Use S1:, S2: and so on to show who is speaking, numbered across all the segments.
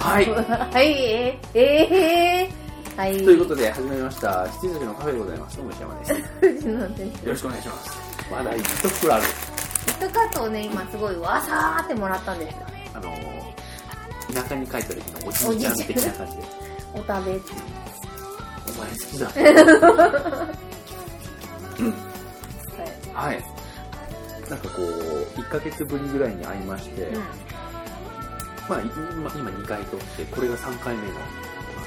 S1: はい
S2: はい、えー、えー、はい。
S1: ということで始まりました七時のカフェでございます。どうも石山です。よ
S2: 藤野です。
S1: ろしくお願いします。まだ一袋ある。
S2: キットカットをね、今すごいわさーってもらったんですよ。
S1: あのー、田舎に帰った時のおじいちゃん的な感じで。
S2: お食べ。
S1: お前好きだ。はい。なんかこう、一ヶ月ぶりぐらいに会いまして、
S2: うん。
S1: まあい今今2回撮って、これが3回目の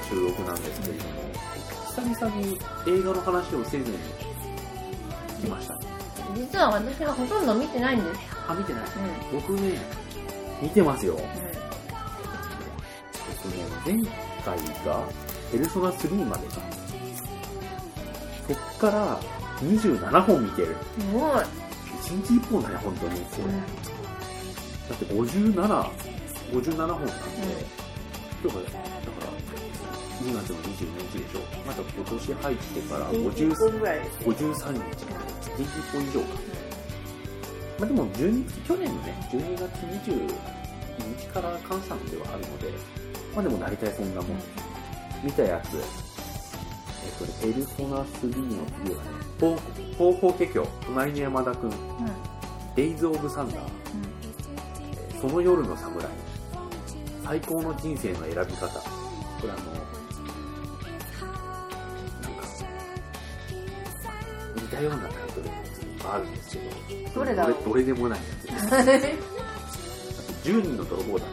S1: 収録なんですけれども、久々に映画の話をせずに来ました。
S2: 実は私はほとんど見てないんです。
S1: あ、見てない。
S2: うん。
S1: 僕ね、見てますよ。
S2: う
S1: えっとね、前回が、ペルソナ3までか。そっから、27本見てる。
S2: ん。すごい。
S1: 1日1本だね、本当に。これ。だって57、57本なんで、今日が、だから、2月の22日でしょ。また今年入ってから50、
S2: ぐらいです
S1: 53日まで、21本以上か。まあ、でも12去年のね、12月22日から換算ではあるので、まあでも大体そんなもん。見たやつ、えっとね、ペルソナ3の次はね、方方法華経、隣の山田くん、デイズ・オブ・サンダー、えーその夜の侍、最高の人生の選び方、これあの、なんか、似たようなタイトルのやついっぱいあるんですけど、
S2: どれだろう
S1: どれどれでもないやつで す。
S2: うん。うん。
S1: 10人の泥棒た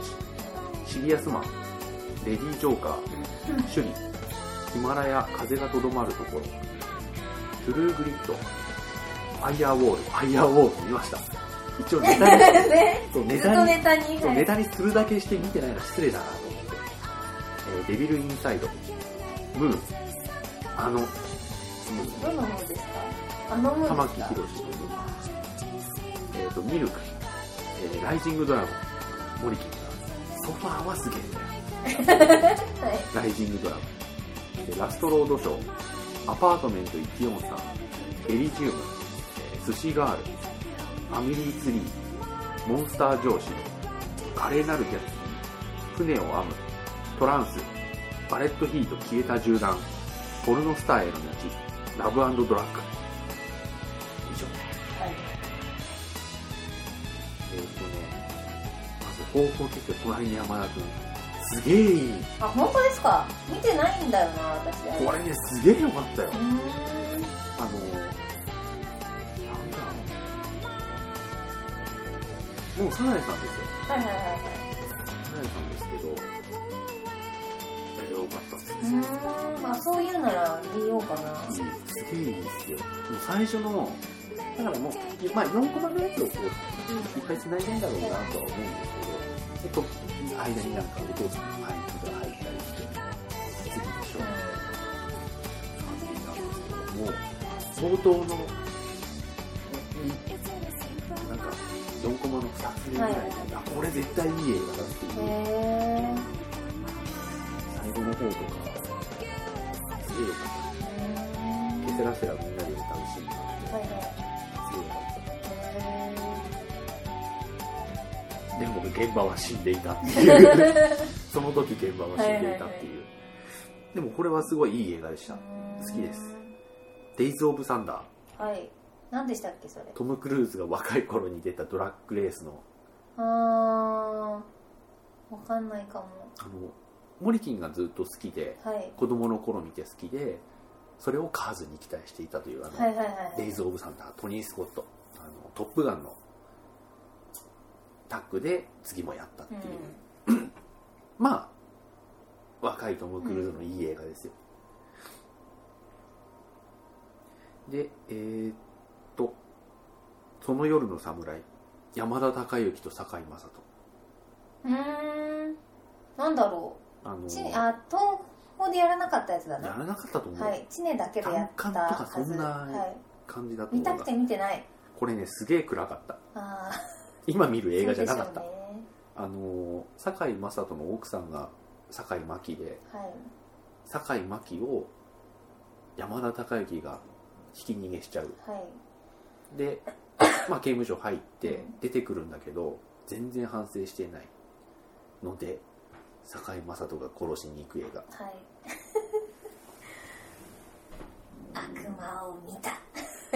S1: ちシリアスマンレディー・ジョーカーシュリヒマラヤ風がとどまるところトゥルーグリッドファイヤーウォールファイヤーウォール見ました一応ネタに
S2: ね、
S1: そう
S2: ず
S1: ネ
S2: っと
S1: タに
S2: ネタに。
S1: そう
S2: はい
S1: ネタにするだけして見てないのは失礼だなと思って、えーデビル・インサイドムーンあのムーン
S2: どの方ですかあの方
S1: 玉
S2: で
S1: 木
S2: すか
S1: 宏とえっ、と、ミルク、えーライジングドラゴン、森木さん、ソファーはすげえんだよ。
S2: はい。
S1: ライジングドラゴン、でラストロードショー、アパートメント143、エリジウム、えー寿司ガール、ファミリーツリー、モンスター上司、華麗なるキャッツ、船を編む、トランス、バレットヒート消えた銃弾、ポルノスターへの道、ラブドラッグ。以上。
S2: はい。
S1: えっ、とね、まず方法的に隣に山田くん。すげえいい。
S2: あ、本当ですか見てないんだよな、私。
S1: これね、すげえよかったよ
S2: う。ーん。
S1: あのー、なんだろう。もうサザエさんですよ。
S2: はいはいはいはい。
S1: サザエさんですけど、えよかったっす
S2: うーん、まあそういうなら見ようかな。
S1: すげえいいですよ。もう最初の、だからもう、まあ4コマのやつをこう、いっぱい繋いでんだろうなとは思うんですけど、ちょっと間になんかお父さんの配布が入ったりして、次でしょう感じなんですけども、相当の、なんか4コマの2つぐらいで、
S2: はい
S1: あこれ絶対いい映画だっていう、
S2: へー
S1: 最後の方とか、すげえよかった。ケセラセラみんなで歌うシーンがあって、
S2: はいは
S1: すげえよか
S2: いへ
S1: った。でも現場は死んでいたっていうその時現場は死んでいたっていう、でもこれはすごいいい映画でした
S2: ー
S1: 好きです「デイズ・オブ・サンダー
S2: はい。何でしたっけ、それ」。
S1: トム・クルーズが若い頃に出たドラッグレースの
S2: あー、わかんないかも。
S1: あのモリキンがずっと好きで
S2: はい。
S1: 子供の頃見て好きでそれをカーズに期待していたというあの、
S2: はいはいは
S1: デイズ・オブ・サンダートニー・スコットあのトップガンのタッグで次もやったって
S2: い。
S1: いう、まあ、若いトム・クルーズのいい映画ですよ。で、えーっと、その夜の侍、山田孝之と堺井雅人。
S2: うん。うーん。なんだろ
S1: あの
S2: う。ち、あ、東宝でやらなかったやつだ
S1: や
S2: な。
S1: らなかったと思う、
S2: はい。知念だけでやった
S1: 単館とか
S2: はず。
S1: そんな
S2: は
S1: 感じだと
S2: い。
S1: 思
S2: 見
S1: うが
S2: たくて見てない。
S1: これね、すげえ暗かった。
S2: あ
S1: 今見る
S2: ー。
S1: 映画じゃなかった。
S2: そうでしょうね
S1: あの、堺井雅人の奥さんが堺井真希で、
S2: はい。
S1: 堺井真希を山田孝之がひき逃げしちゃう。
S2: はい。
S1: で、まあ、刑務所入って
S2: うん
S1: 出てくるんだけど全然反省してないので堺雅人が殺しに行く映画
S2: はい悪魔を見た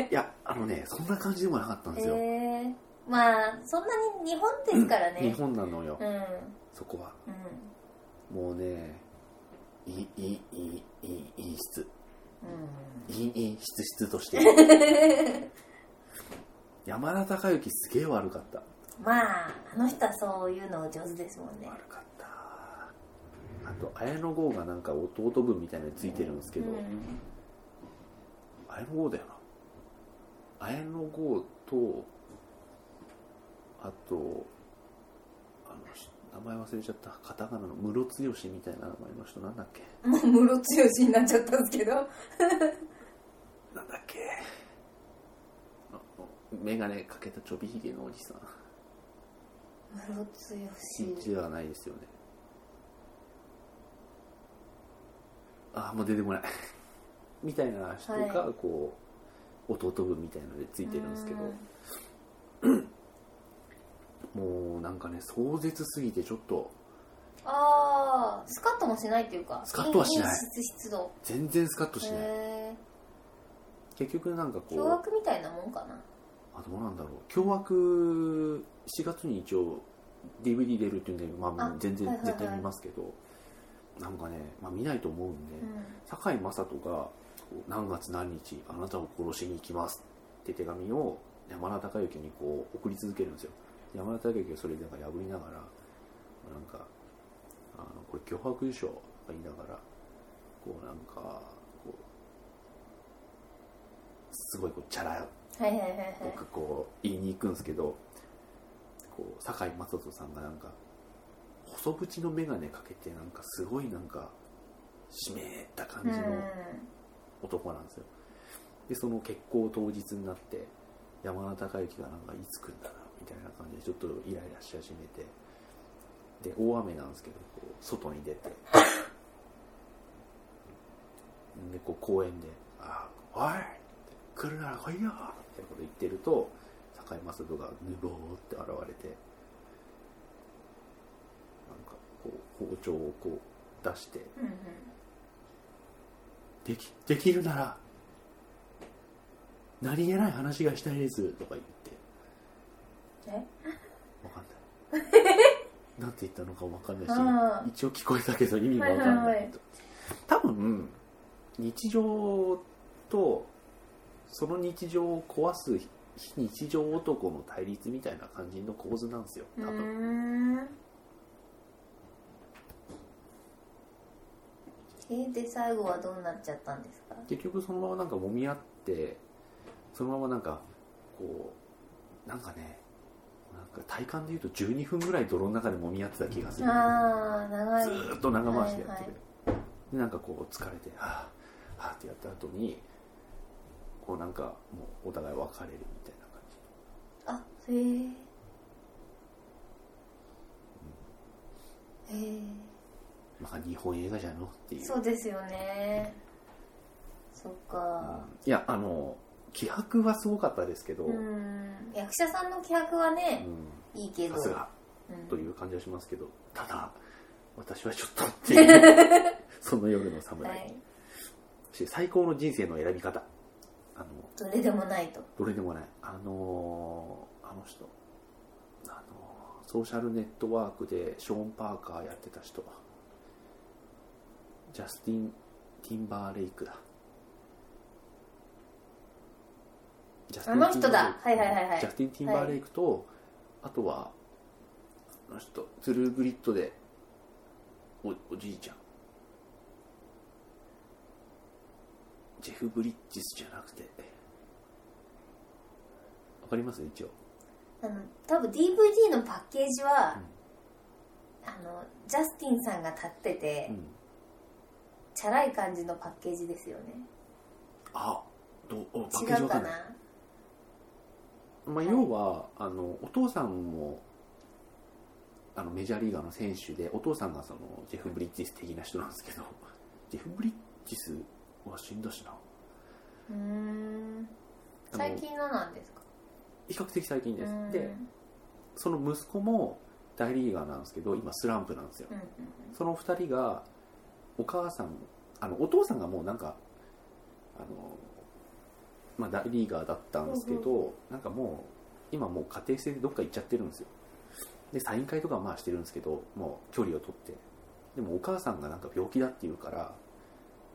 S1: いやあのねそんな感じでもなかったん
S2: へ
S1: ですよ、
S2: えまあそんなに日本ですからね
S1: 日本なのよ、
S2: うんうん
S1: そこはもうねいいいいいいいいい質
S2: う
S1: いいいい質質として
S2: ん
S1: 山田孝之すげえ悪かった
S2: まああの人はそういうの上手ですもんね
S1: 悪かったあと綾野剛がなんか弟分みたいなのについてるんですけど、
S2: うん
S1: 綾野剛だよな綾野剛とあとあのし名前忘れちゃったカタカナのムロツヨシみたいな名前の人なんだっけ
S2: もうムロツヨシになっちゃったんですけど
S1: なんだっけあ眼鏡かけたちょびひげのおじさん
S2: ムロツヨ
S1: 新
S2: シ
S1: 地ではないですよねあもう出てこない みたいな人が
S2: は
S1: こう、弟分みたいのでついてるんですけど
S2: う
S1: もうなんかね壮絶すぎてちょっと
S2: ああスカッともしないっていうか
S1: スカッとはしない
S2: いい質湿度
S1: 全然スカッとしない
S2: へ
S1: 結局なんか
S2: え
S1: こ
S2: 驚
S1: う
S2: 愕みたいなもんかな
S1: あどうなんだろう凶悪4月に一応 DVD 出るっていうんで、まあ
S2: あ、
S1: 全然、
S2: はいはいはい
S1: 絶対見ますけどなんかね、まあ、見ないと思うんで、
S2: うん
S1: 堺雅人がこう何月何日あなたを殺しに行きますって手紙を山田孝之にこう送り続けるんですよ山田孝之がそれなんか破りながらなんかあのこれ脅迫でしょとか言いながらこうなんかこうすごいこうチャラ
S2: はいはいはいはい
S1: 僕こう言いに行くんですけどこう堺雅人さんがなんか細縁の眼鏡かけてなんかすごいなんか湿った感じの男なんですよでその結婚当日になって山田孝之がなんかいつ来るんだなみたいな感じでちょっとイライラし始めてで大雨なんですけどこう外に出て でこう公園で「あおい来るなら来いよ」みたいなこと言ってると堺雅人がぬろーって現れてなんかこう包丁をこう出して
S2: うんうん
S1: できできるなら何気ない話がしたいですとか言って
S2: え
S1: わかんないなんて言ったのかわかんな
S2: あ
S1: いし一応聞こえたけど意味がわかん
S2: はい
S1: な
S2: はいはいい
S1: と多分日常とその日常を壊す非日常男の対立みたいな感じの構図なんですよ
S2: う
S1: 多分
S2: ーんえで最後はどうなっちゃったんですか
S1: 結局そのままなんか揉み合ってそのままなんかこうなんかねなんか体感でいうと12分ぐらい泥の中で揉み合ってた気がする
S2: ああ長い
S1: ずーっと長回しでやって
S2: はい
S1: る、でなんかこう疲れてはあはあってやった後にこうなんかもうお互い別れるみたいな感じ
S2: あへえへ
S1: まあ日本映画じゃのってい
S2: え
S1: う
S2: そうですよねそっ
S1: うん
S2: か
S1: いやあの気迫はすごかったですけど、
S2: うん役者さんの気迫は
S1: う
S2: ね、
S1: ん
S2: いいけど
S1: さすが
S2: うん
S1: という感じはしますけどただ私はちょっとっ ていうその夜の侍、
S2: はい
S1: し最高の人生の選び方あの
S2: どれでもないと
S1: どれでもないあのーあの人あのーソーシャルネットワークでショーン・パーカーやってた人ジャスティン・ティンバーレイクだジャスティン
S2: あの人だ
S1: ティ
S2: はい
S1: ンバーレイク
S2: はいはいはい
S1: ジャスティン・ティンバーレイクと、あとはあの人トゥルーグリッドでおおじいちゃんジェフ・ブリッジスじゃなくてわかります一応
S2: あの多分 DVD のパッケージは、あのジャスティンさんが立ってて、
S1: うん
S2: チャラい感じのパッケージですよね
S1: あどうおパッケー
S2: 違
S1: ジ
S2: う
S1: わか
S2: か
S1: んない、
S2: な
S1: まあ、要はあのお父さんもあのメジャーリーガーの選手でお父さんがそのジェフ・ブリッジス的な人なんですけどジェフ・ブリッジスは死んだしな
S2: うーん
S1: あの
S2: 最近のなんですか
S1: 比較的最近です
S2: うーん
S1: でその息子も大リーガーなんですけど今スランプなんですよ
S2: うんうん
S1: その2人がお母さんあのお父さんがもうなんかあの、まあ、大リーガーだったんですけど、なんかもう今もう家庭制でどっか行っちゃってるんですよでサイン会とかはまあしてるんですけどもう距離を取ってでもお母さんがなんか病気だって言うから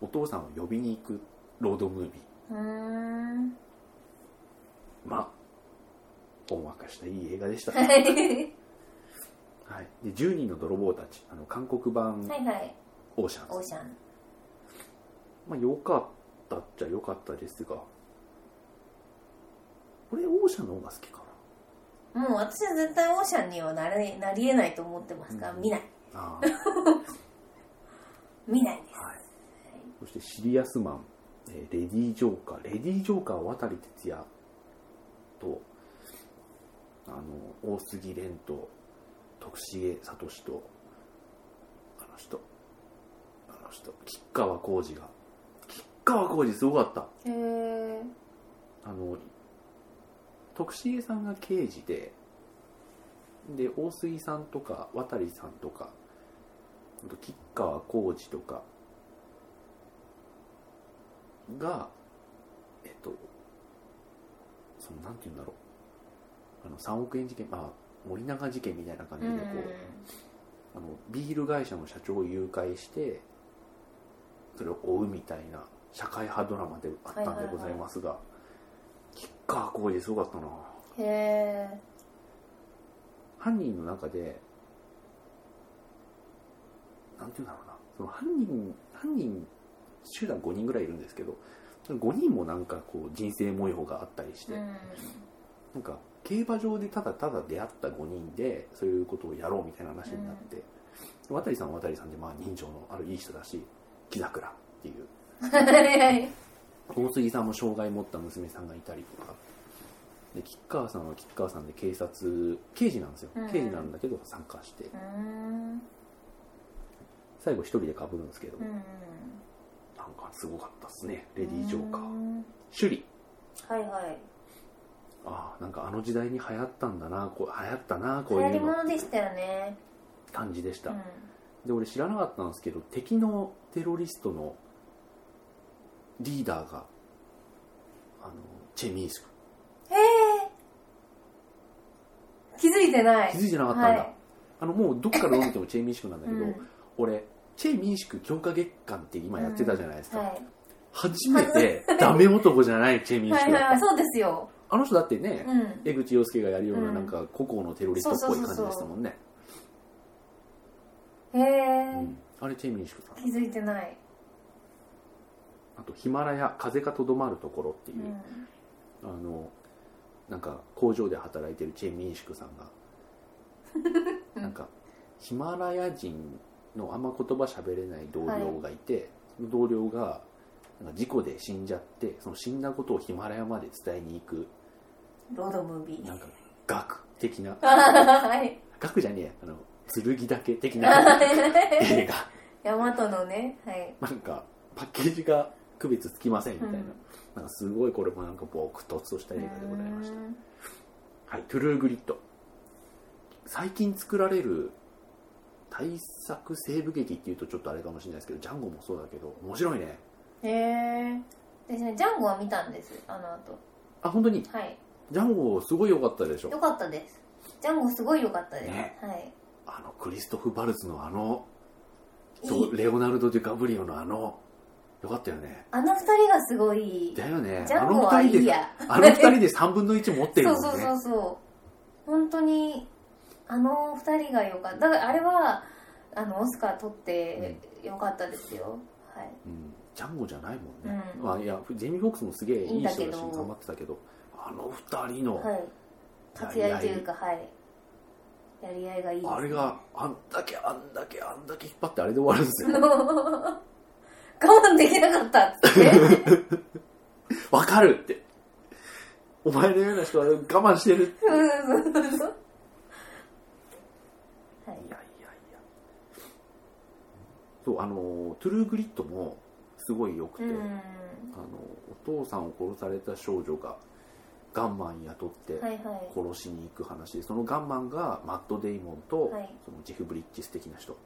S1: お父さんを呼びに行くロードムービ
S2: うんう
S1: ーまあほんわかしたいい映画 でした、
S2: ーんは
S1: はい、で10人の泥棒たちあの韓国版
S2: いはい
S1: オーシャンズ
S2: オーシャン
S1: まあ、良かったっちゃ良かったですが、俺、オーシャンの方が好きか
S2: もう私は絶対オーシャンにはなれなりえないと思ってますから、
S1: うん
S2: 見ない
S1: な。ああ
S2: 見ないです
S1: はい、そして、シリアスマン、えーレディー・ジョーカー、レディー・ジョーカーは渡哲也と、あの、大杉蓮と、徳重聡と、あの人、あの人、吉川浩司が、吉川浩司すごかった。
S2: へえ
S1: あの徳重さんが刑事でで大杉さんとか渡さんとかあと吉川浩司とかがえっとそのなんて言うんだろうあの3億円事件あ森永事件みたいな感じ
S2: う
S1: で
S2: ん
S1: こう、あのビール会社の社長を誘拐してそれを追うみたいな社会派ドラマであったんでございますが、キッカー工事すごかったな
S2: へえ
S1: 犯人の中でなんていうんだろうなその犯人犯人集団5人ぐらいいるんですけど5人もなんかこう人生模様があったりして、
S2: うん
S1: なんか競馬場でただただ出会った5人でそういうことをやろうみたいな話になって、渡さんは渡さんでまあ人情のあるいい人だし木桜っていう大杉さんも障害持った娘さんがいたりとかで吉川さんは吉川さんで警察刑事なんですよ、
S2: うん
S1: 刑事なんだけど参加して
S2: うん
S1: 最後一人でかぶるんですけど、
S2: う
S1: なん
S2: ん
S1: かすごかったっすねレディー・ジョーカー
S2: うん
S1: 趣里
S2: はいはい
S1: ああなんかあの時代に流行ったんだなこう流行ったな
S2: 流
S1: こう
S2: 行
S1: い
S2: り
S1: うの
S2: 物でしたよね
S1: 感じでした、
S2: うん
S1: で俺知らなかったんですけど敵のテロリストのリーダーがあのチェ・ミースク
S2: へえ気づいてない
S1: 気づいてなかったんだ、
S2: はい
S1: あのもうどっから飲んでもチェ・ミーシクなんだけど、
S2: うん
S1: 俺チェ・ミーシク強化月間って今やってたじゃないですか、
S2: はい
S1: 初めてダメ男じゃないチェ・ミー
S2: は
S1: シ
S2: い
S1: クだ
S2: は
S1: っ
S2: い
S1: た、
S2: はいそうですよ
S1: あの人だってね、
S2: うん
S1: 江口洋介がやるような
S2: うん
S1: なんか孤高のテロリストっぽい感じでしたもんね、
S2: へえ
S1: うんあれチェ・ミーシクさん
S2: 気づいてない
S1: あとヒマラヤ風がとどまるところっていうう、
S2: ん
S1: あのなんか工場で働いてるチェ・ミンシクさん がなんかヒマラヤ人のあんま言葉喋れない同僚がいて、その同僚がなんか事故で死んじゃってその死んだことをヒマラヤまで伝えに行く
S2: ロードムービ
S1: な
S2: ー
S1: んか学的な
S2: はい
S1: 学じゃねえあの剣だけ的な
S2: 大
S1: 映画
S2: 和のねはい
S1: なんかパッケージが区別つきませんみたいな,、
S2: うん
S1: なんかすごいこれもなんか撲突とした映画でございましたはい、トゥルーグリッド最近作られる対策西部劇っていうとちょっとあれかもしれないですけどジャンゴもそうだけど面白いね
S2: へえですねジャンゴは見たんですあの後
S1: あ本当に
S2: はい
S1: ジャンゴすごい良かったでしょ
S2: 良かったですジャンゴすごい良かったです、
S1: ね
S2: はい
S1: あのクリストフ・バルツのあの
S2: いい
S1: そうレオナルド・デュカブリオのあのよかったよね
S2: あの二人がすごい
S1: だよね
S2: ジ
S1: あ
S2: ャンゴ
S1: の
S2: は
S1: 二
S2: い
S1: 人
S2: い
S1: で
S2: や
S1: あの二人で3分の1持ってるもんね
S2: そうそうそうそう本当にあの二人が良かっただからあれはあのオスカー取って良かったですよ、はい
S1: うん、ジャンゴじゃないもんね、
S2: うん
S1: まあ、いやジェイミー・フォックスもすげえいい人だし
S2: いいんだけど
S1: 頑張ってたけどあの二人の、
S2: はい、活躍というかはいやり合いがいいですね
S1: あれがあんだけあんだけあんだけ引っ張ってあれで終わるんですよ
S2: 我慢できなかったっつ って
S1: わかるってお前のような人は我慢してる
S2: そうそうそうそうはい
S1: いやいやいやそうあのトゥルーグリッドもすごい良くて、
S2: う
S1: あのお父さんを殺された少女がガンマン雇って
S2: はいはい
S1: 殺しに行く話でそのガンマンがマット・デイモンと
S2: はい
S1: そのジェフ・ブリッジス的な人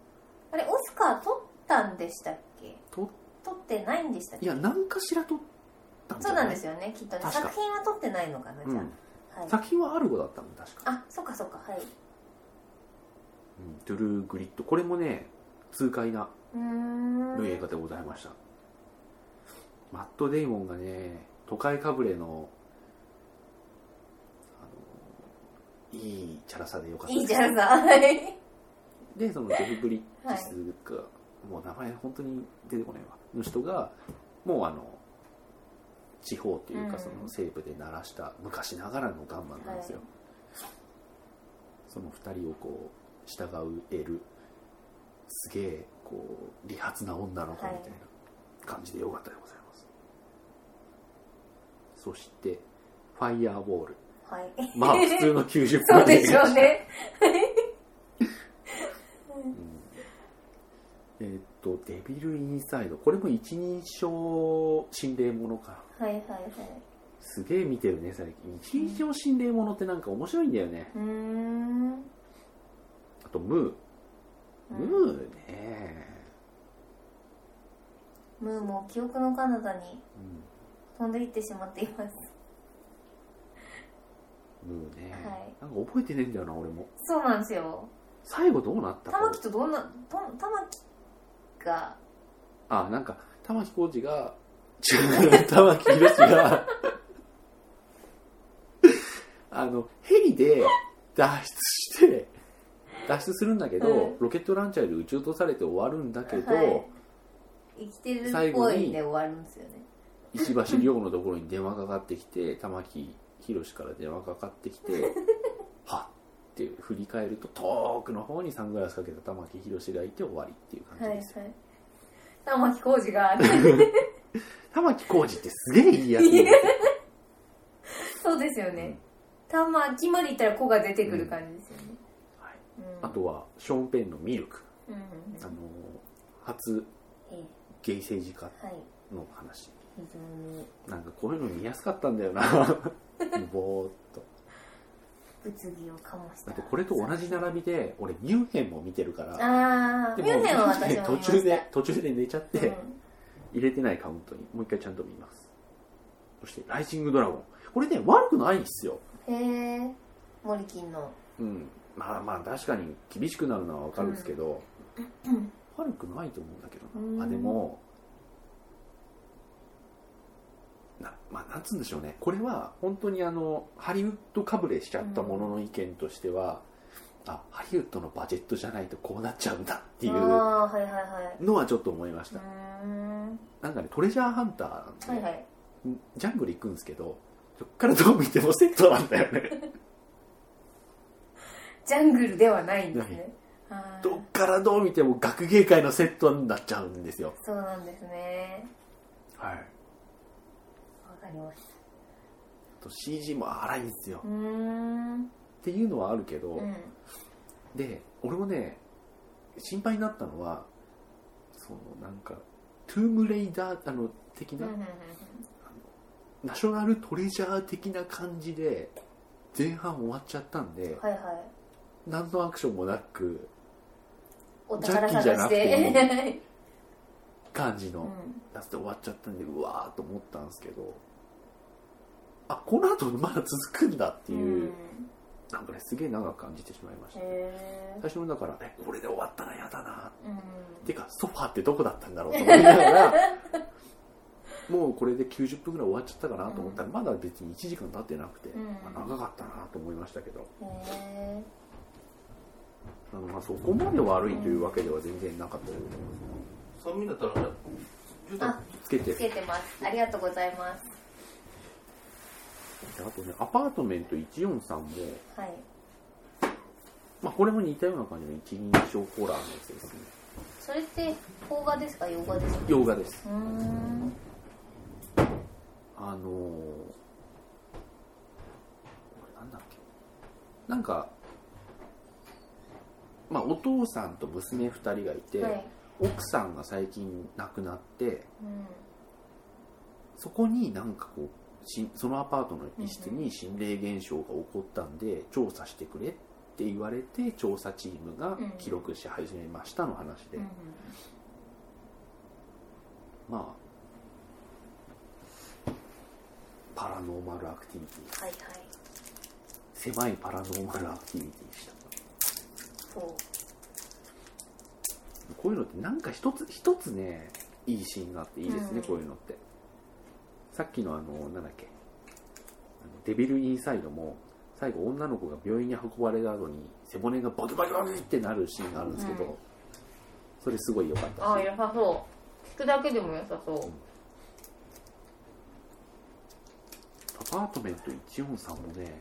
S2: あれオスカー取ったんでしたっけ
S1: と
S2: 取ってないんでしたっ
S1: い
S2: け
S1: や何かしら撮ったんじ
S2: そ
S1: ゃ
S2: う
S1: な
S2: なん
S1: い
S2: ですよねきっとね
S1: 確か
S2: 作品は取ってないのかなじゃあ、
S1: う
S2: は
S1: ん、
S2: い、
S1: 作品はアルゴだったの確か、
S2: あそっかそっかはい
S1: うん、トゥルー・グリッドこれもね痛快な
S2: うーん
S1: 映画でございました、マット・デイモンがね都会かぶれのあのいいチャラさでよかった
S2: い
S1: です
S2: いじゃんさ はい
S1: でそのジェフ・ブリッジスが、もう名前本当に出てこないわの人がもうあの地方という
S2: う
S1: か
S2: ん
S1: その西部で鳴らした昔ながらのガンマンなんですよ、
S2: は
S1: その2人をこう従えるすげえこう利発な女の子みたいな感じでよかったでございます、そして「ファイヤーウォール
S2: はい」
S1: まあ普通の90
S2: そう
S1: 分
S2: でしょうね
S1: えーっと、デビル・インサイド。これも一人称心霊ものか。
S2: はいはいはい
S1: すげえ見てるね、最近。一人称心霊ものってなんか面白いんだよね。
S2: うーんうん
S1: あと、ムー。ムーね、
S2: ムーも記憶の彼方に
S1: う
S2: 飛んでいってしまっています
S1: ん、ムーね、
S2: はい
S1: なんか覚えてねえんだよな、俺も。
S2: そうなんですよ
S1: 最後どうなったか
S2: 玉木とどんなと玉木が
S1: あ、なんか、玉木浩二が、違う、 玉木宏が、あの、ヘリで脱出して、脱出するんだけど、
S2: はい
S1: ロケットランチャーで撃ち落とされて終わるんだけど、
S2: はい生きてるっぽいんで終わるんですよね
S1: 石橋亮のところに電話かかってきて玉木宏から電話かかってきて はっって振り返ると遠くの方にサングラスかけた玉木宏がいて終わりっていう
S2: は
S1: 感
S2: いは
S1: じ
S2: い
S1: です、
S2: 玉置浩二 が
S1: 玉木浩二ってすげえいいやつなんですよ
S2: そうですよ
S1: うん
S2: ね玉木まで行ったら子が出てくる感じですよね、
S1: はい
S2: うん
S1: あとはショーン・ペンの「ミルク
S2: うんうん」
S1: あの初
S2: うんえ
S1: ゲイ政治家
S2: えはい
S1: の話
S2: 非常に
S1: なんかこういうの見やすかったんだ よなぼーっと
S2: 物議を醸した
S1: だってこれと同じ並びで俺ミュンヘンも見てるから
S2: ああ
S1: で
S2: ミ
S1: も
S2: ュンヘンは私も見ました
S1: 途中で途中で寝ちゃ って、
S2: うん
S1: 入れてないカウントにもう一回ちゃんと見ますそして「ライジングドラゴン」これね悪くないんですよ
S2: へえ森金の
S1: うんまあまあ確かに厳しくなるのはわかるんですけど、悪くないと思うんだけど
S2: うん
S1: なあでもなまあなんつうんでしょうねこれは本当にあのハリウッドかぶれしちゃったものの意見としては、あハリウッドのバジェットじゃないとこうなっちゃうんだっていう
S2: ああーはいはいはい
S1: のはちょっと思いまし
S2: う
S1: た、
S2: ーん
S1: なんかねトレジャーハンターなんで、
S2: はいはい
S1: ジャングル行くんですけど、そっからどう見てもセットなんだよね。
S2: ジャングルではないんですねあー
S1: どっからどう見ても学芸会のセットになっちゃうんですよ。
S2: そうなんですね
S1: はい。
S2: わかりまし
S1: あと CG も荒いんですよ
S2: たう。ーん
S1: っていうのはあるけど、
S2: うん
S1: で、俺もね、心配になったのは、そのなんか、トゥームレイダーあの
S2: う
S1: 的
S2: んう
S1: な、
S2: んうんうん
S1: ナショナルトレジャー的な感じで、前半終わっちゃったんで、
S2: はいはい
S1: 何のアクションもなく、
S2: お宝探して
S1: 感じの。
S2: うん
S1: やつで終わっちゃったんでうわーと思ったんですけどあこの後まだ続くんだってい
S2: う
S1: う、
S2: ん
S1: なんかねすげえ長く感じてしまいました
S2: へ
S1: 最初のだからえこれで終わったらやだな
S2: ーうん
S1: てかソファーってどこだったんだろうと思いなが らもうこれで90分ぐらい終わっちゃったかなと思ったら、まだ別に1時間経ってなくて、
S2: うん
S1: まあ長かったなと思いましたけど
S2: へ
S1: あのまあそこまで悪いというわけでは全然なかったようで
S3: 酸味だったら、
S2: ーあ
S1: つけて
S2: つけてますありがとうございます
S1: あとねアパートメント143も
S2: はい
S1: まあ、これも似たような感じの一人称ホラーのやつですね。
S2: それって邦画ですか洋画ですか
S1: 洋画です。
S2: うーん
S1: あのー、これなんだっけなんか、まあ、お父さんと娘二人がいて、
S2: はい
S1: 奥さんが最近亡くなって、
S2: うん
S1: そこになんかこう、しそのアパートの一室に心霊現象が起こったんで調査してくれって言われて調査チームが記録し始めましたの話で、
S2: うん
S1: まあパラノーマルアクティビティ
S2: はいはい
S1: 狭いパラノーマルアクティビティでした
S2: そう
S1: こういうのってなんか一つ一つねいいシーンがあっていいです
S2: う
S1: ね、
S2: ん
S1: こういうのってさっきのあのなんだっけあのデビル・インサイドも最後女の子が病院に運ばれた後に背骨がボキボキボキってなるシーンがあるんですけど、
S2: うん
S1: それすごい良かったし
S2: ああ良さそう聞くだけでも良さそう
S1: アパートメント143もね、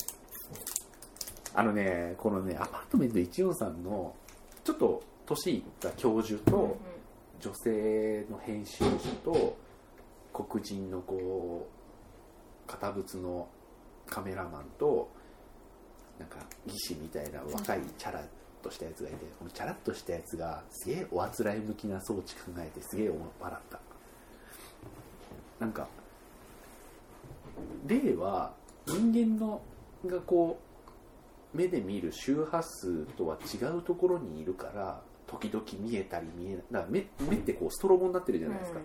S1: あのね、このね、アパートメント143の、ちょっと年いった教授
S2: うんうん
S1: と、女性の編集者と、黒人のこう、堅物のカメラマンと、なんか、技師みたいな若いチャラっとしたやつがいて、このチャラっとしたやつが、すげえおあつらい向きな装置考えて、すげえおもっぱらった。なんか、霊は人間のがこう目で見る周波数とは違うところにいるから時々見えたり見えないだから目目ってこうストロボになってるじゃないですか、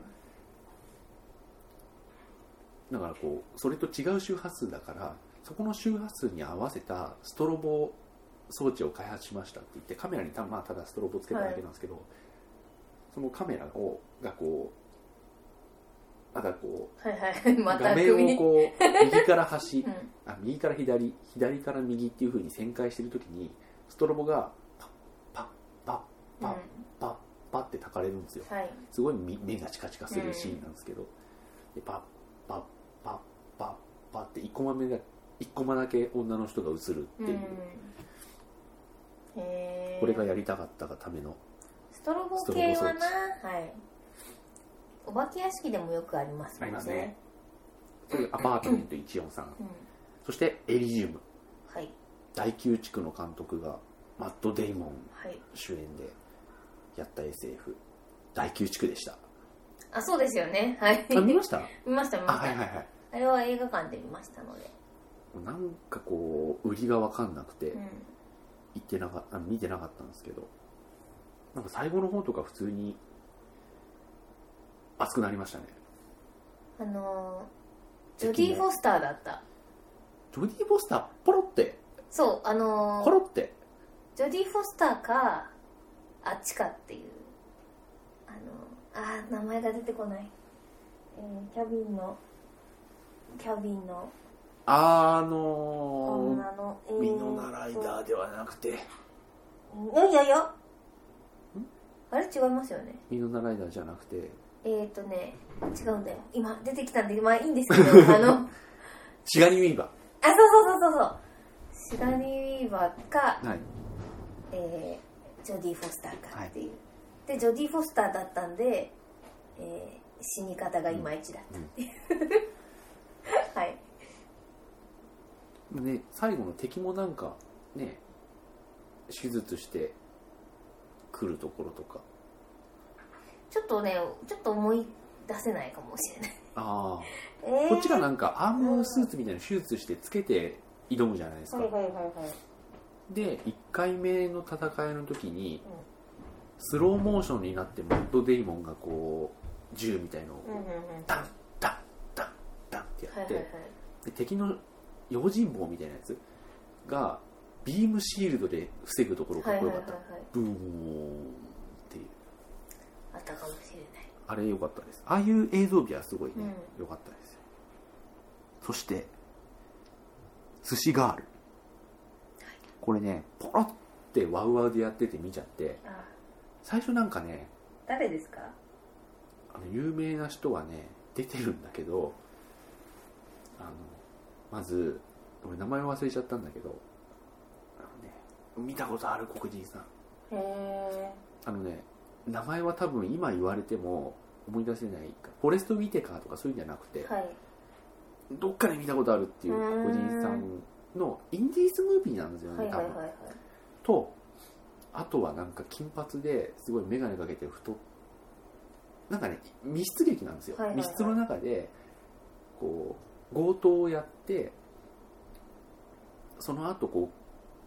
S1: だからこうそれと違う周波数だからそこの周波数に合わせたストロボ装置を開発しましたって言ってカメラにた,、まあ、ただストロボつけただけなんですけど、そのカメラをがこうまだこう
S2: はいはいまた
S1: 画面を
S2: 首
S1: こ う右から端
S2: うん
S1: あ右から左左から右っていう風に旋回してる時にストロボがパッパッ
S2: うん
S1: パッパッパッパッってたかれるんですよ
S2: はい
S1: すごいみ目がチカチカするシーンなんですけど、でパッパッパッパッパッって1コマ目が一コマだけ女の人が映るっていう、
S2: うんへえ
S1: これがやりたかったがための
S2: ストロボ系は
S1: ストロボ
S2: なはいお化け屋敷でもよくありますもんね
S1: ありますねそれがアパートメント143
S2: うん
S1: そしてエリジウム
S2: はい
S1: 大宮地区の監督がマット・デイモン
S2: はい
S1: 主演でやった SF 大宮地区でした
S2: あそうですよねはい
S1: あ見ました
S2: 見ました見
S1: あ
S2: まし
S1: はいはい
S2: た
S1: はい
S2: あれは映画館で見ましたので
S1: なんかこう売りが分かんなくて
S2: うん
S1: 行ってなかあ見てなかったんですけどなんか最後の方とか普通に熱くなりましたね
S2: あのージョディ・フォスターだった
S1: ジョディ・ボスターポロって
S2: そうあのー
S1: ポロって
S2: ジョディ・フォスターかあっちかっていうあのあー名前が出てこない、えーキャビンのキャビンの
S1: あの
S2: 女のえ
S1: ー
S2: ー
S1: ミノナライダーではなくて
S2: いやいやいやあれ違いますよね
S1: ミノナライダーじゃなくて
S2: えっ、ー、とね違うんだよ今出てきたんでまあいいんですけどあのあ
S1: シガニー・ウィーバ
S2: そうそうそうそうそうシガニー・ウィーバーか
S1: ー、はい、
S2: えージョディ・フォスターかっていう、
S1: は
S2: でジョディ・フォスターだったんで、えー死に方がいまいちだったっていう、 はい
S1: ね、最後の敵もなんかね手術して来るところとか
S2: ちょっとねちょっと思い出せないかもしれない、
S1: ああ
S2: えー
S1: こっちがなんかアームスーツみたいな手術してつけて挑むじゃないですか、
S2: はいはいはいはい
S1: で1回目の戦いの時にスローモーションになってマット・デイモンがこう銃みたいの
S2: うんう
S1: を
S2: んうん
S1: ダンダンダンダンってや
S2: はいは
S1: っ
S2: い
S1: て、
S2: はい
S1: で敵の用心棒みたいなやつがビームシールドで防ぐところ
S2: は
S1: か
S2: い
S1: っ
S2: はい
S1: こよ
S2: はい
S1: か
S2: は
S1: っ
S2: い
S1: た、ブーンっていう
S2: あったかもしれない
S1: あれ良かったですああいう映像美はすごいね
S2: う
S1: 良、かったですよそして寿司ガールこれねポロってワウワウでやってて見ちゃって
S2: あ
S1: 最初なんかね
S2: 誰ですか
S1: あの有名な人はね出てるんだけどあのまず俺名前忘れちゃったんだけどあのね見たことある黒人さん
S2: へえ
S1: あのね名前は多分今言われても思い出せないかフォレスト・ウィテカーとかそういうんじゃなくて、
S2: はい
S1: どっかで見たことあるっていう黒人さんのインディーズムービーなんですよ
S2: はい
S1: ね、多
S2: はい
S1: 分。
S2: はいはい
S1: と、あとはなんか金髪ですごい眼鏡かけて太っなんかね、密室劇なんですよ。
S2: はいはいはい
S1: 密室の中で、こう、強盗をやってその後こ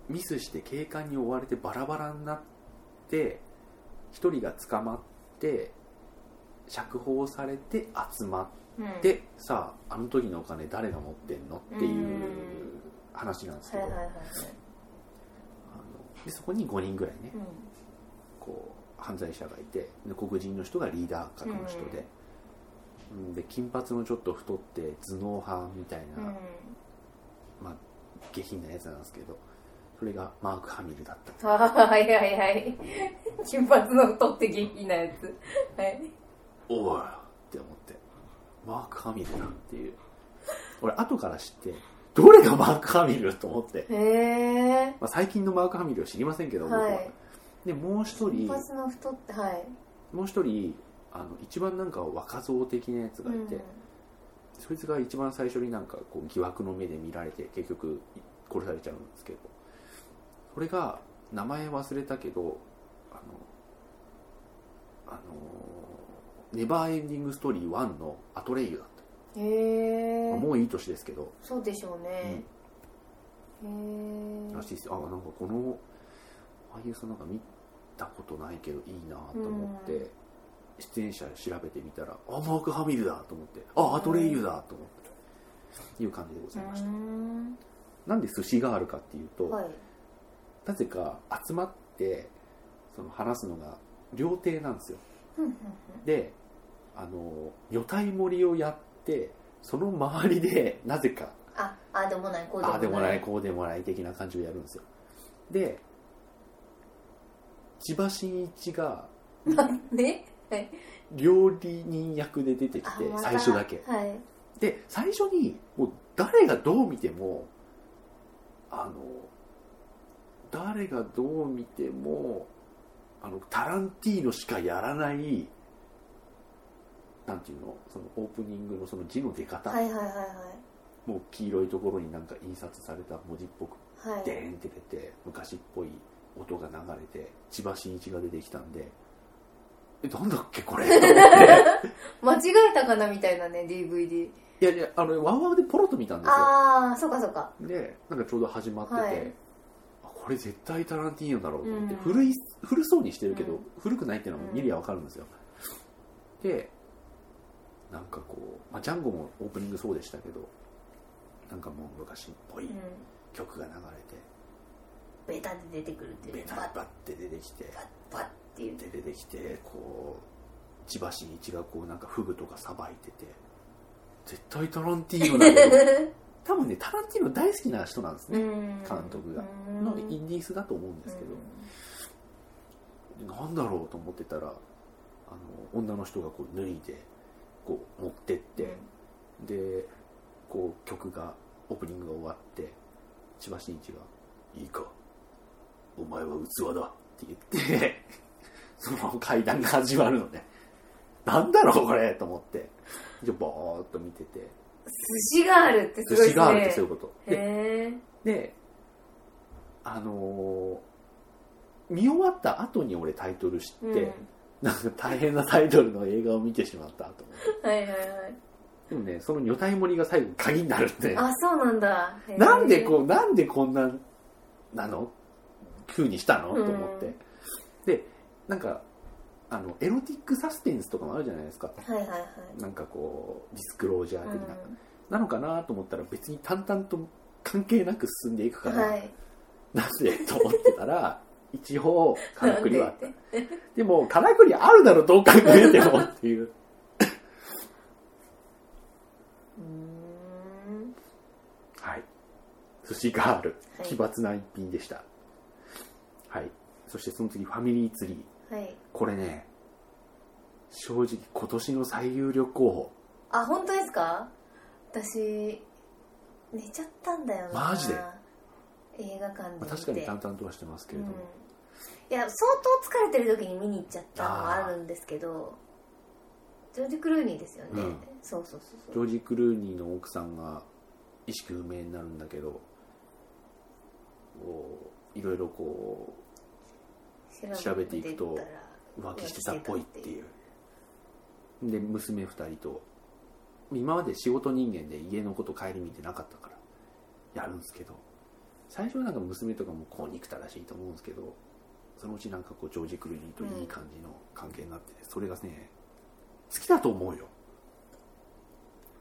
S1: うミスして警官に追われてバラバラになって一人が捕まって釈放されて集ま
S2: うん
S1: って、さああの時のお金誰が持ってんのっていう話なんですけ
S2: はい
S1: ど、
S2: はいはいはい
S1: あのでそこに5人ぐらいね
S2: うん
S1: こう犯罪者がいてで黒人の人がリーダー格の人で,、うん、で金髪のちょっと太って頭脳派みたいな、
S2: うん
S1: 下品なやつなんですけどそれがマーク・ハミルだった
S2: はいはいはい金髪の太って元気なやつはい
S1: おいって思ってマーク・ハミルだっていう俺後から知ってどれがマーク・ハミルと思って、
S2: へえ
S1: まあ、最近のマーク・ハミルを知りませんけど僕は、
S2: はい
S1: でもう一
S2: 金
S1: 人
S2: 髪の太ってはい
S1: もう一人あの一番なんか若造的なやつがいて、
S2: うん
S1: そいつが一番最初になんかこう疑惑の目で見られて結局殺されちゃうんですけどそれが名前忘れたけどあのあのネバーエンディングストーリー1のアトレイユだった、
S2: へえ
S1: もういい年ですけど、
S2: そうでしょうね、へえ
S1: らしいですよあなんかこの俳優さんなんか見たことないけどいいなと思って、
S2: うん
S1: 出演者調べてみたらあマーク・ハミルだと思ってあアトレイユだと思って、いう感じでございました、
S2: ん
S1: なんで寿司があるかっていうと、
S2: はい
S1: なぜか集まってその話すのが料亭なんですよ
S2: うんうんうん
S1: であの魚体盛りをやってその周りでなぜか
S2: ああでもないこうでも
S1: あ
S2: ない
S1: あでもないこうでもない的な感じをやるんですよで千葉真一が
S2: ね
S1: 料理人役で出てき
S2: あ
S1: て
S2: また
S1: 最初だけ
S2: はい
S1: で最初にもう誰がどう見てもあの誰がどう見てもあのタランティーノしかやらないなんていうのそのオープニングのその字の出方、
S2: はいはいはい
S1: もう黄色いところになんか印刷された文字っぽく
S2: はいはい
S1: デーンって出て昔っぽい音が流れて千葉真一が出てきたんでえなんだっけこれと思って
S2: 間違えたかなみたいなね DVD
S1: いやいやあのワンワンでポロッと見たんですよ
S2: ああそうかそうか
S1: でなんかちょうど始まってて、
S2: はい
S1: あこれ絶対タランティーノだろうと思って、
S2: うん
S1: 古い古そうにしてるけど、
S2: うん
S1: 古くないっていうのも見りゃ分かるんですよ、でなんかこう、まあ、ジャンゴもオープニングそうでしたけどなんかもう昔っぽ
S2: う
S1: い
S2: ん
S1: 曲が流
S2: ベタで出てくるって
S1: れ
S2: い
S1: て、
S2: う
S1: ベタバッバッて出てきて
S2: バッっていう
S1: で出てきてこう千葉真一がこうなんかフグとかさばいてて絶対タランティーノだろう 多分ねタランティーノ大好きな人なんですね、
S2: うん
S1: 監督が
S2: うん
S1: のインディースだと思うんですけど、
S2: う
S1: なんだろうと思ってたらあの女の人がこう脱いでこう持ってって、でこう曲がオープニングが終わって千葉真一が「いいかお前は器だ」って言って その階段が始まるのねなんだろうこれと思ってじゃボーっと見てて
S2: 寿司があるってすご
S1: 寿
S2: いですね
S1: 司があるってそういうことで
S2: へえ
S1: であのー見終わった後に俺タイトル知って、なんか大変なタイトルの映画を見てしまったと思って
S2: はいはいはい
S1: でもねその女体盛りが最後鍵になるって
S2: あそうなんだへー
S1: なんでこうなんでこんななの風にしたのと思って、
S2: うん
S1: でなんかあのエロティックサスペンスとかもあるじゃないですか
S2: はいはいはい
S1: なんかこうディスクロージャー
S2: う
S1: 的
S2: ん
S1: な、なのかなと思ったら別に淡々と関係なく進んでいくから、
S2: はい
S1: なぜと思って たら、一応、からくりはあった
S2: なん。
S1: でも、からくりあるだろ、どう考えてもっていう。
S2: うーん
S1: はい。寿司ガール、
S2: はい
S1: 奇抜な一品でした。はい。そしてその次、ファミリーツリー。
S2: はい
S1: これね、正直今年の最有力候
S2: あ本当ですか私寝ちゃったんだよな
S1: マジで
S2: 映画館で
S1: 補。
S2: 見て
S1: まあ確かに淡々とはしてますけれども。
S2: うん、いや相当疲れてる時に見に行っちゃったのはあるんですけどジョージ・クルーニーですよね、
S1: うん
S2: そうそうそうそ
S1: ジ
S2: う
S1: ョージ・クルーニーの奥さんが意識不明になるんだけど、こういろいろこう、調べていくと浮気してたっぽいっていうで娘2人と、今まで仕事人間で家のこと顧みてなかったからやるんですけど最初はなんか娘とかもこう憎たらしいと思うんですけどそのうちなんかこうジョージ・クルーニーといい感じの関係になっててそれがね好きだと思うよ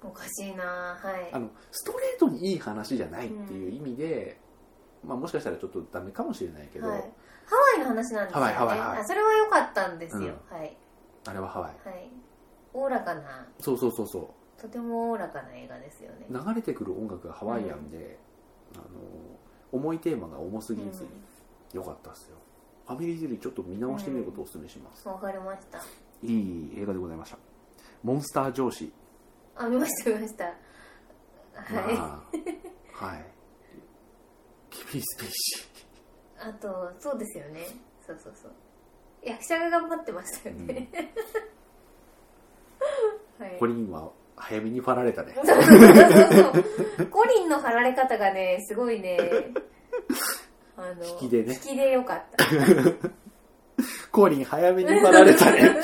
S2: おかしいなはい
S1: あのストレートにいい話じゃないっていう意味で、まあ、もしかしたらちょっとダメかもしれないけど、
S2: はい、ハワイの話なんですよね
S1: ハワイハワイハワイ
S2: あそれは良かったんですよ、はい
S1: あれはハワイ
S2: はいおおらかな
S1: そうそうそうそう
S2: とてもおおらかな映画ですよね
S1: 流れてくる音楽がハワイアンで、あの重いテーマが重すぎずに良かったっすよ、ファミリーゼリーちょっと見直してみることをお勧めします、
S2: わかりました
S1: いい映画でございましたモンスター上司
S2: あ見ました見ましたはい、
S1: まあはいキビスペーシ
S2: あとそうですよねそうそうそう役者が頑張ってましたよ ね、 はい
S1: ーコリンは早めにファられたね
S2: そうそうそう コリンの貼られ方がねすごいねあの
S1: 引きでね
S2: 引きでよかった
S1: コリン早めにファられ たね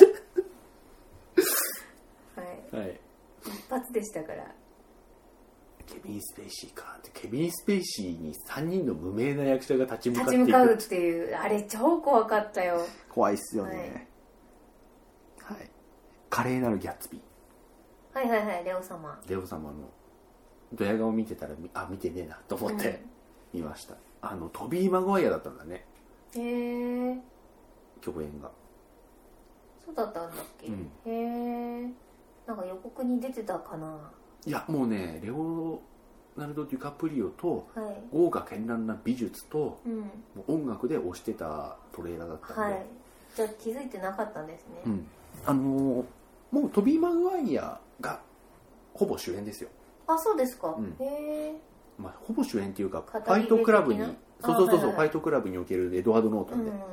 S2: はい
S1: はい
S2: 一発でしたから
S1: ケビン・スペーシーかってケビン・スペーシーに3人の無名な役者が立ち向かっ
S2: 立
S1: て
S2: ち
S1: い
S2: 向かうっ
S1: く
S2: ていうあれ超怖かったよ
S1: 怖いっすよねはい、華麗なるギャッツビー
S2: はいはいはいレオ様
S1: レオ様のドヤ顔見てたらみあ見てねえなと思って見ました、あのトビー・マグワイアだったんだね
S2: へえ
S1: 共演が
S2: そうだったんだっけ、
S1: うん
S2: へえなんか予告に出てたかなはい
S1: やもうねレオナルド・デュカプリオと豪華絢爛な美術と
S2: いうん
S1: もう音楽で推してたトレーラーだったん
S2: は
S1: で、
S2: いじゃあ気づいてなかったんですね、
S1: うん、あのーもうトビー・マグワイアがほぼ主演ですよ、
S2: あそうですか、
S1: うん
S2: へえ
S1: まあ、ほぼ主演っていうかフ
S2: 片
S1: ァ
S2: 桐
S1: イトクラブに
S2: 的な
S1: そうそうそうそう、
S2: あはいはい
S1: ファイトクラブにおけるエドワード・ノート
S2: う
S1: ン
S2: ん
S1: で、あの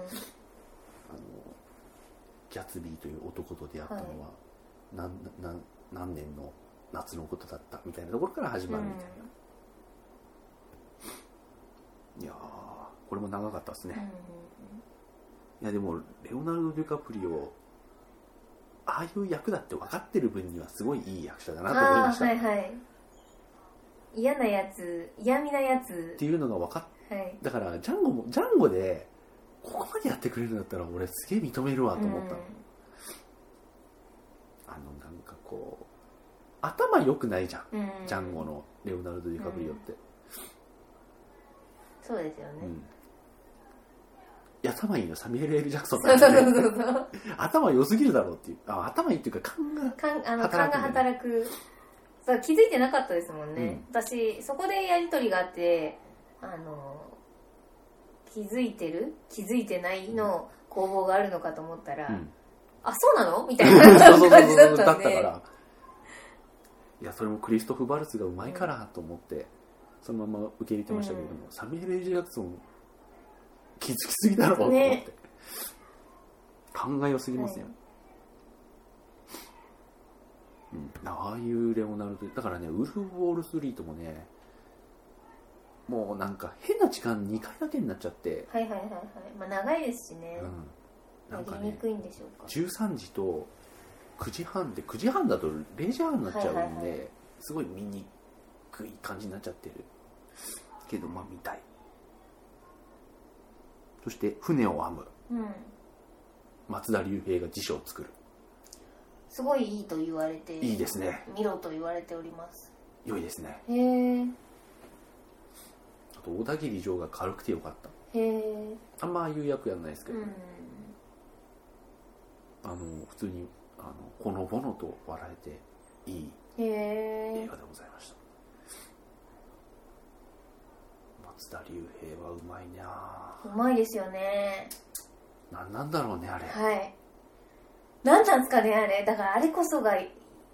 S1: ギャツビーという男と出会ったのは、なんなん何年の夏のことだったみたいなところから始まるみたいな、いやーこれも長かったですね、いやでもレオナルド・デュカプリオああいう役だって分かってる分にはすごいいい役者だなと思いま
S2: あ
S1: し
S2: あ
S1: た、
S2: はい
S1: っ
S2: はい嫌なやつ嫌味なやつ
S1: ていうのが分かっ
S2: はい
S1: だからジャンゴもジャンゴでここまでやってくれるんだったら俺すげえ認めるわと思ったの、あのなんかこう頭良くないじゃん
S2: うんうん
S1: ジャンゴのレオナルド・ディカプリオって、
S2: そうですよね、
S1: うんいや頭いいのサミュエル・エル・ジャクソン
S2: そ
S1: だ
S2: うそう
S1: よ
S2: そ
S1: ね
S2: うそう
S1: 頭良すぎるだろうっていうあ頭いいっていうか勘が
S2: 勘あの勘
S1: 働く
S2: が
S1: んだね
S2: 働くそう気づいてなかったですもんね、私そこでやり取りがあってあの気づいてる気づいてないの攻防があるのかと思ったら、
S1: うん
S2: あそうなのみたいな感じだったんで
S1: から いやそれもクリストフ・バルツがうまいからと思って、そのまま受け入れてましたけども、
S2: う
S1: サミュエル・エル・ジャクソン気づきすぎだろうと思って、
S2: ね
S1: 勘が良すぎますよ、
S2: はい
S1: うん、ああいうレオナルドだからねウルフ・ウォール・ストリートもねもうなんか変な時間2回だけになっちゃって、
S2: はいはいはいはい、まあ、長いですしね
S1: う、ん、なんか
S2: やりに
S1: ね
S2: くいんでしょうか
S1: 13時と9時半で9時半だと0時半になっちゃうんで、
S2: はいはいはい
S1: すごい見にくい感じになっちゃってるけどまあ見たいそして船を編む
S2: うん
S1: 松田龍平が辞書を作る
S2: すごいいいと言われて
S1: いいですね
S2: 見ろと言われております
S1: 良いですね
S2: へえ
S1: あと小田切城が軽くてよかっ
S2: へえ
S1: たあんまああいう役やんないですけ
S2: う
S1: ど、
S2: ん
S1: あの普通にあのこのぼのと笑えていい
S2: へえ
S1: 映画でございました松田龍平はうまいな
S2: うまいですよね
S1: 何なんだろうねあれ
S2: はい何なんですかねあれだからあれこそが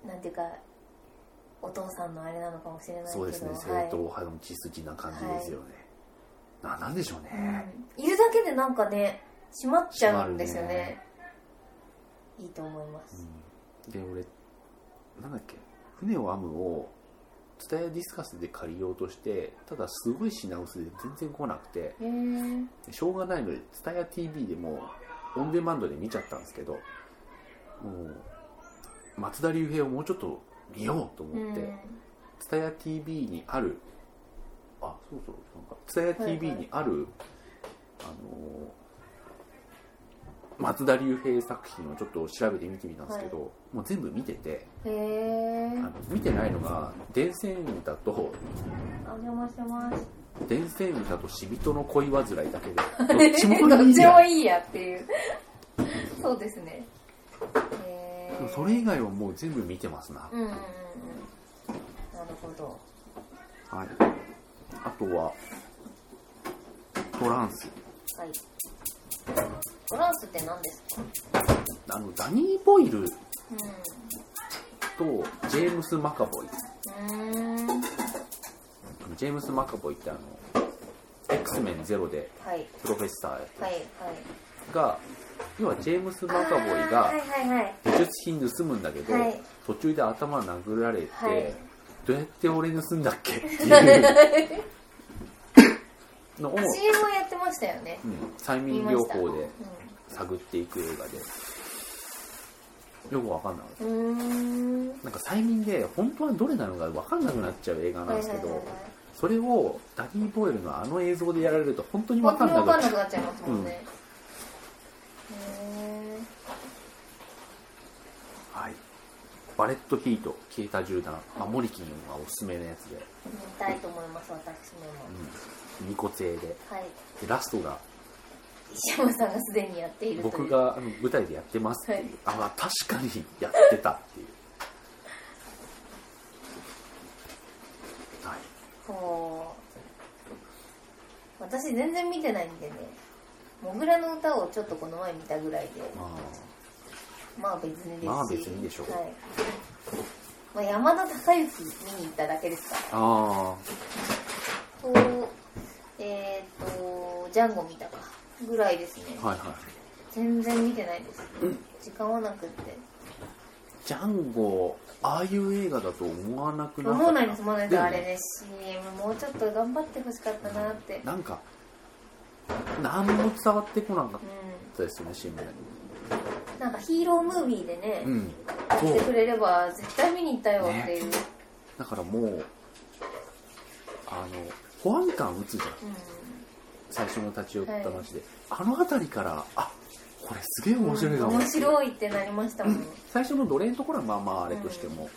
S2: なんていうかお父さんのあれなのかもしれないけど
S1: そうですね、正統派の血筋な感じですよね。ななんでしょう
S2: は
S1: ね、
S2: いうん、いるだけでなんかね閉まっちゃうんですよね
S1: 閉まる
S2: い
S1: ね
S2: いと思います、
S1: うんで、俺、なんだっけ、船を編むを、ツタヤディスカスで借りようとして、ただすごい品薄で全然来なくて、
S2: へ
S1: しょうがないので、ツタヤ TV でもうオンデマンドで見ちゃったんですけど、もう、松田龍平をもうちょっと見ようと
S2: う
S1: 思
S2: ん
S1: って、ツタヤ TV にあるあそうそうなんかツタヤ TV にある、あのー松田龍平作品をちょっと調べて見てみたんですけど、もう全部見てて
S2: へえ
S1: あの見てないのが電線歌と
S2: お邪魔してます
S1: 電線歌と死人の恋煩い だけでどっちもな
S2: どっ
S1: い
S2: ち
S1: や
S2: も
S1: ん
S2: いいやっていうそうですねへ
S1: でも
S2: え
S1: それ以外はもう全部見てますな、
S2: うんうんうんうんなるほど
S1: はいあとはトランス
S2: はいトランスって何ですか
S1: あのダニー・ボイル
S2: うん
S1: とジェームス・マカボイ
S2: うーん
S1: ジェームス・マカボイってあの X メンゼロで
S2: はい
S1: プロフェッサーやっ
S2: はいはい
S1: たが要はジェームス・マカ
S2: あ
S1: ボイ
S2: ーは
S1: が
S2: いはいはい
S1: 美術品盗むんだけど、
S2: はい
S1: 途中で頭殴られて、
S2: はい
S1: どうやって俺盗んだっけって いうのを、うん、
S2: CM をやってましたよね
S1: 催
S2: 見
S1: 眠
S2: ま
S1: 療
S2: した
S1: 法で探っていく映画でよくわかんなかった
S2: うんうーん
S1: なんか催眠で本当はどれなのかわかんなくなっちゃう映画なんですけ
S2: は
S1: ど、
S2: いはいはいはい
S1: それをダニー・ボイルのあの映像でやられると本当に分
S2: 本
S1: か
S2: 当
S1: ん
S2: に
S1: な
S2: 分
S1: く
S2: か
S1: なんっ
S2: な
S1: ち
S2: く
S1: ゃ
S2: なっちゃいますもんね、へ
S1: う、はい、バレット・ヒート消えた銃弾守りきのがおすすめのやつで、
S2: え見たいと思います私も、
S1: うん、ニコツ映でで
S2: はい
S1: ラストが
S2: 石山さんがすでにやっているという
S1: 僕があの舞台でやってますっていう、あまあ確かにやってたっていうはい
S2: こう私全然見てないんでね「モグラの歌」をちょっとこの前見たぐらいで
S1: ま
S2: まあ別にですし
S1: まあ別にでしょう
S2: はいまあ、山田孝之見に行っただけですから
S1: ああ
S2: とえっ、とジャンゴ見たかぐらいですね
S1: あはいはい
S2: 全然見てないです、時間はなくって
S1: ジャンゴああいう映画だと思わなくなかった
S2: 思わないです思わないです、
S1: も
S2: あれね CM もうちょっと頑張ってほしかったなってうん
S1: なんか何も伝わってこなかったですよね新聞
S2: なんかヒーロームービーでね、
S1: うん
S2: や
S1: そ
S2: っ
S1: う
S2: てくれれば絶対見に行ったよっていう、
S1: だからもうあの保安官撃つじゃん最初の立ち寄った話で、あの辺りからあこれすげえ
S2: うん、
S1: 面白いな、
S2: 面白いってなりましたもん
S1: 最初の奴隷のところはまあまああれとしても、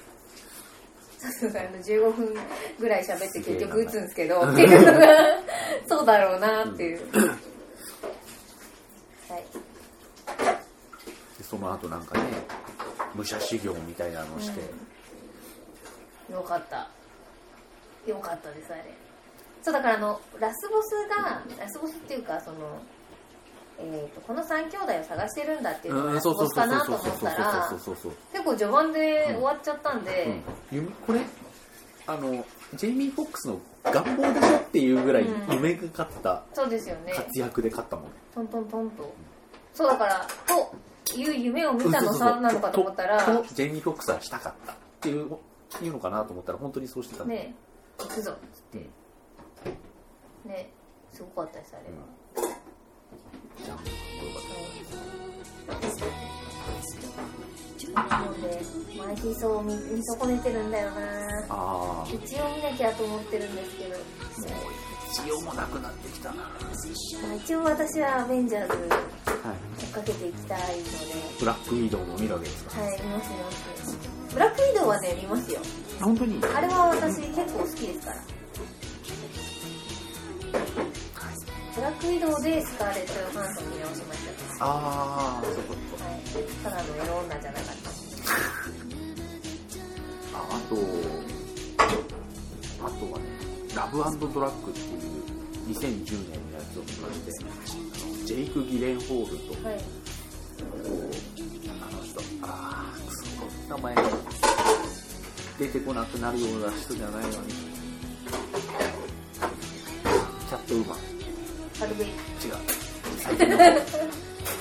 S2: さす がにあの15分ぐらい喋って結局打つんですけど
S1: す
S2: っ
S1: げ
S2: て
S1: え
S2: いうのがそうだろうなって いう、はい
S1: でその後なんかね武者修行みたいなのをして、
S2: よかったよかったですあれそうだからあのラスボスがラスボスっていうかその、えー、とこの3兄弟を探してるんだっていうのが
S1: う
S2: ラ
S1: ん
S2: ス
S1: そうそ
S2: ボ
S1: う
S2: ス
S1: そ
S2: か
S1: うそ
S2: なと
S1: うそう
S2: 思ったら
S1: そうそうそうそう
S2: 結構序盤で終わっちゃったんで、
S1: うん夢これあのジェイミー・フォックスの願望でしょっていうぐらい
S2: うん
S1: 夢がかった
S2: そうですよね
S1: 活躍で勝ったもんね、
S2: トントントンとそうだからという夢を見たの
S1: そうそうそ
S2: さ
S1: う
S2: なのかと思ったら
S1: とジェイミー・フォックスはしたかったっていういうのかなと思ったら本当にそうしてたんだ
S2: ね行くぞっつってねすごかったですあれは。
S1: ジャンプよかった
S2: なので、マイティーソーを見見損ねてるんだよな
S1: ああ
S2: 一応見なきゃと思ってるんですけど、
S1: 一応もなくなってきたな
S2: まあ、一応私はアベンジャーズ
S1: はい
S2: 追っかけていきたいので、
S1: ブラックウィドウも見るわけですか、
S2: はい、見ます見ます。ブラックウィドウはね、見ますよ。
S1: 本当に
S2: あれは私結構好きですから。ブラックウィドウでスカーレット・ヨハンソン見直しました。
S1: ああそうそうそう
S2: はい、ただのエロ女じゃなかった。
S1: ああとあとはねラブドラッグっていう2010年のやつを見ましてあのジェイク・ギレンホールと
S2: はい、
S1: あの人ああクソ名前が出てこなくなるような人じゃないのにキャットウーマン
S2: 軽く
S1: 違う最近の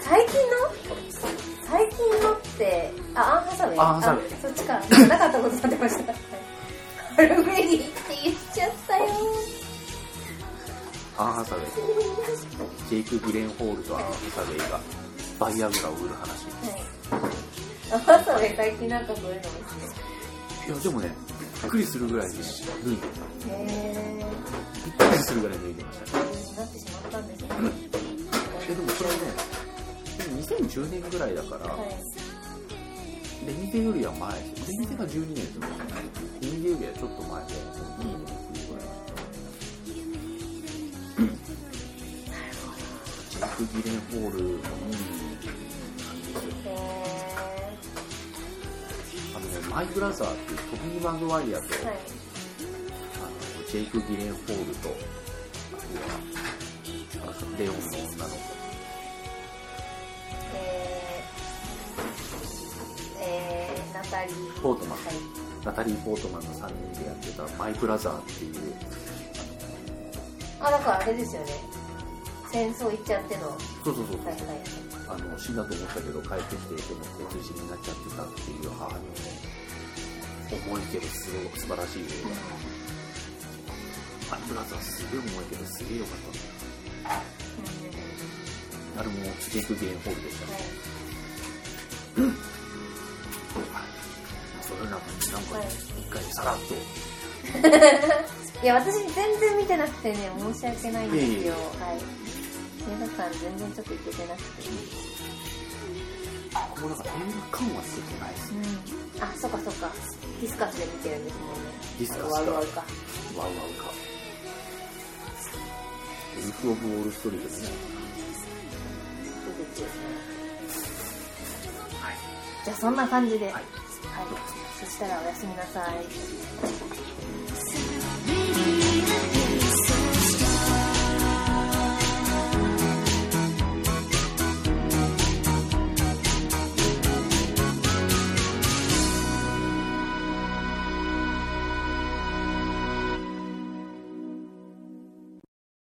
S2: 最近の最近のってあアンハサウェイ
S1: あアンハサウェイ
S2: あそっちかなかったことになってましたハルウェイって言っちゃったよ
S1: アンハサウェイとジェイク・グレンホールとアンハサウェイがバイアグラを売る話
S2: はいアンハサウェイ最近なんかそういうのですね
S1: いや、でもね、びっくりするぐらいね、脱いでた。
S2: へ
S1: びっくりするぐらい脱いでましたね。
S2: えなってしまったんですね
S1: え、でもそれね、でも2010年ぐらいだから、
S2: はい
S1: レミテよりは前ですよレミテが12年ですよね。レミテよりはちょっと前で、2年ぐらいだった。ジャック・ギレンホールのいい感じですよ。
S2: へえ
S1: あのね、マイ・ブラザーっていうトビー・マグワイアと、
S2: はい
S1: あのジェイク・ギレンホールと、あとは、あのレオンの女の子。
S2: えーえーナタリー
S1: ポートマン
S2: はい
S1: ナタリー・ポートマンの3人でやってた「マイ・ブラザー」っていう
S2: あだからあれですよね戦争行っちゃってのは
S1: そうそうそう
S2: いはい
S1: あの死んだと思ったけど帰ってきてでも成人になっちゃってたっていう母のね重いけどすごい素晴らしい映画「マイ・ブラザー」すげえ重いけどすげえ良かったねあれもジェイク・ゲレンホールでしたねそれなんかなんか
S2: はい
S1: 一回さらっと
S2: いや私全然見てなくてね申し訳ないんです
S1: いえいえ
S2: よはい映画館全然ちょっと行けてなくて
S1: ここなんか映画館はつけてないですね
S2: うんあそっかそっかディスカスで見てるんですもんね
S1: ディスカスか
S2: ワウワウか
S1: ワウワウかウルフ・オブ・ウォール・ストリートですね
S2: 出てきてですね
S1: はい
S2: じゃあそんな感じで
S1: はい
S2: はい、そしたらおやすみなさい。